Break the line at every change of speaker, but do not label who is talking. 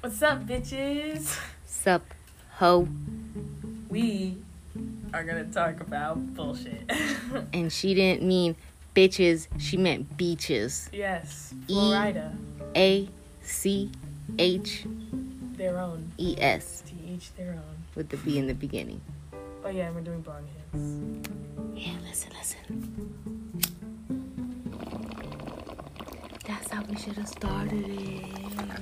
What's up, bitches?
Sup, ho,
We are gonna talk about bullshit.
and she didn't mean bitches. She meant beaches.
yes,
E.
Florida,
A C H
their own.
E S
To each their own.
with the B in the beginning.
Oh yeah, and we're doing blonde hits.
Yeah, listen, listen. That's how we should have started it.